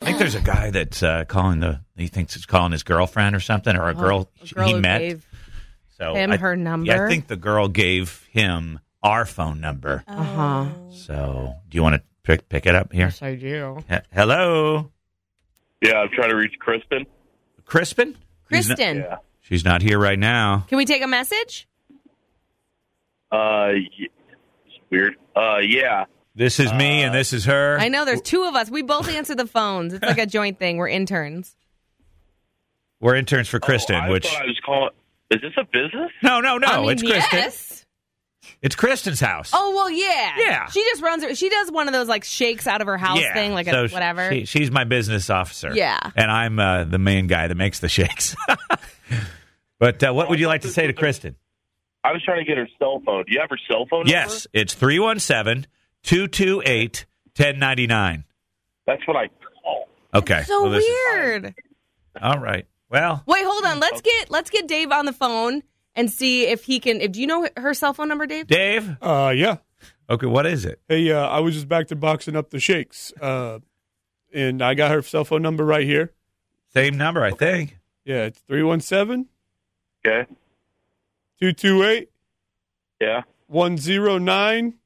there's a guy that's uh, calling the he thinks it's calling his girlfriend or something or a girl, Uh-huh. A girl he who met. gave- so him I, her number? Yeah, I think the girl gave him our phone number. Uh-huh. So do you want to pick pick it up here? Yes, I do. He- Hello, Yeah, I'm trying to reach Kristen. Crispin. She's not- Kristen, Yeah. she's not here right now. can we take a message? Uh, y- it's weird. Uh, yeah. This is me and this is her. I know there's two of us. We both answer the phones. It's like a joint thing. We're interns. We're interns for Kristen, Oh, I which thought I was calling. Is this a business? no, no, no, I mean, Oh, it's Kristen. Yes. It's Kristen's house. Oh well, yeah. Yeah. She just runs. Her, she does one of those like shakes out of her house Yeah. thing, like So a whatever. she- she's my business officer. Yeah. and I'm uh, the main guy that makes the shakes. but uh, what would you like to say to Kristen? I was trying to get her cell phone. Do you have her cell phone? number? Yes, it's 317 228 1099. That's what I call. Okay. so Well, this is- weird. all right. Well, Wait, hold on. Let's get let's get Dave on the phone and see if he can. If do you know her cell phone number, Dave? Dave. Uh, yeah. Okay, what is it? Hey, uh, I was just back to boxing up the shakes, uh, and I got her cell phone number right here. Same number, I think. Yeah, it's 317 Okay. 228 Yeah. 1099.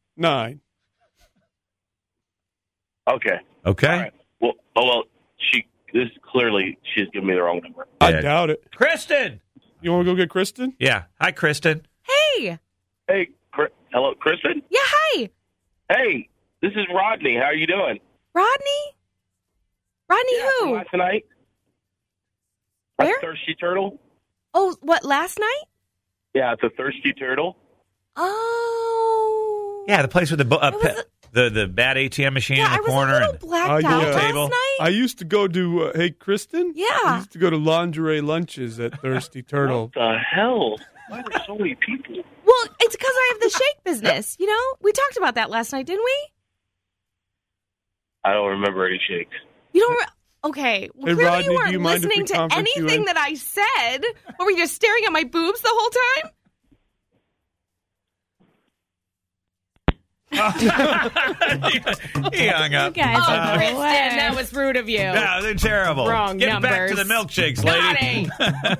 Okay. Okay. All right. Well, oh well. She. This clearly she's giving me the wrong number. Yeah. I doubt it. Kristen. You want to go get Kristen? Yeah. Hi, Kristen. Hey. Hey, Cr- hello, Kristen. Yeah. Hi, Hey, this is Rodney. How are you doing? Rodney. Rodney From who? Last night. Where? A thirsty turtle. Oh, what last night? Yeah, it's a thirsty turtle. Oh. Yeah, the place with the bu- uh, It was pe- the the bad ATM machine Yeah, in I the was a corner. little and- blacked Oh, out yeah. last Table. night. I used to go to, uh, hey, Kristen? I yeah. used to go to lingerie lunches at Thirsty Turtle. What the hell? Why are there so many people? Well, it's because I have the shake business. You know, we talked about that last night, didn't we? I don't remember any shakes. You don't. Re- okay. Well, Hey, clearly Rodney, you do weren't you mind if listening we to conference you anything in? that I said. Were you just staring at my boobs the whole time? he hung up. Uh, You guys oh, are the Kristen, worst. that was rude of you. No, they're terrible. Wrong Get back to the numbers. milkshakes, lady. Got it.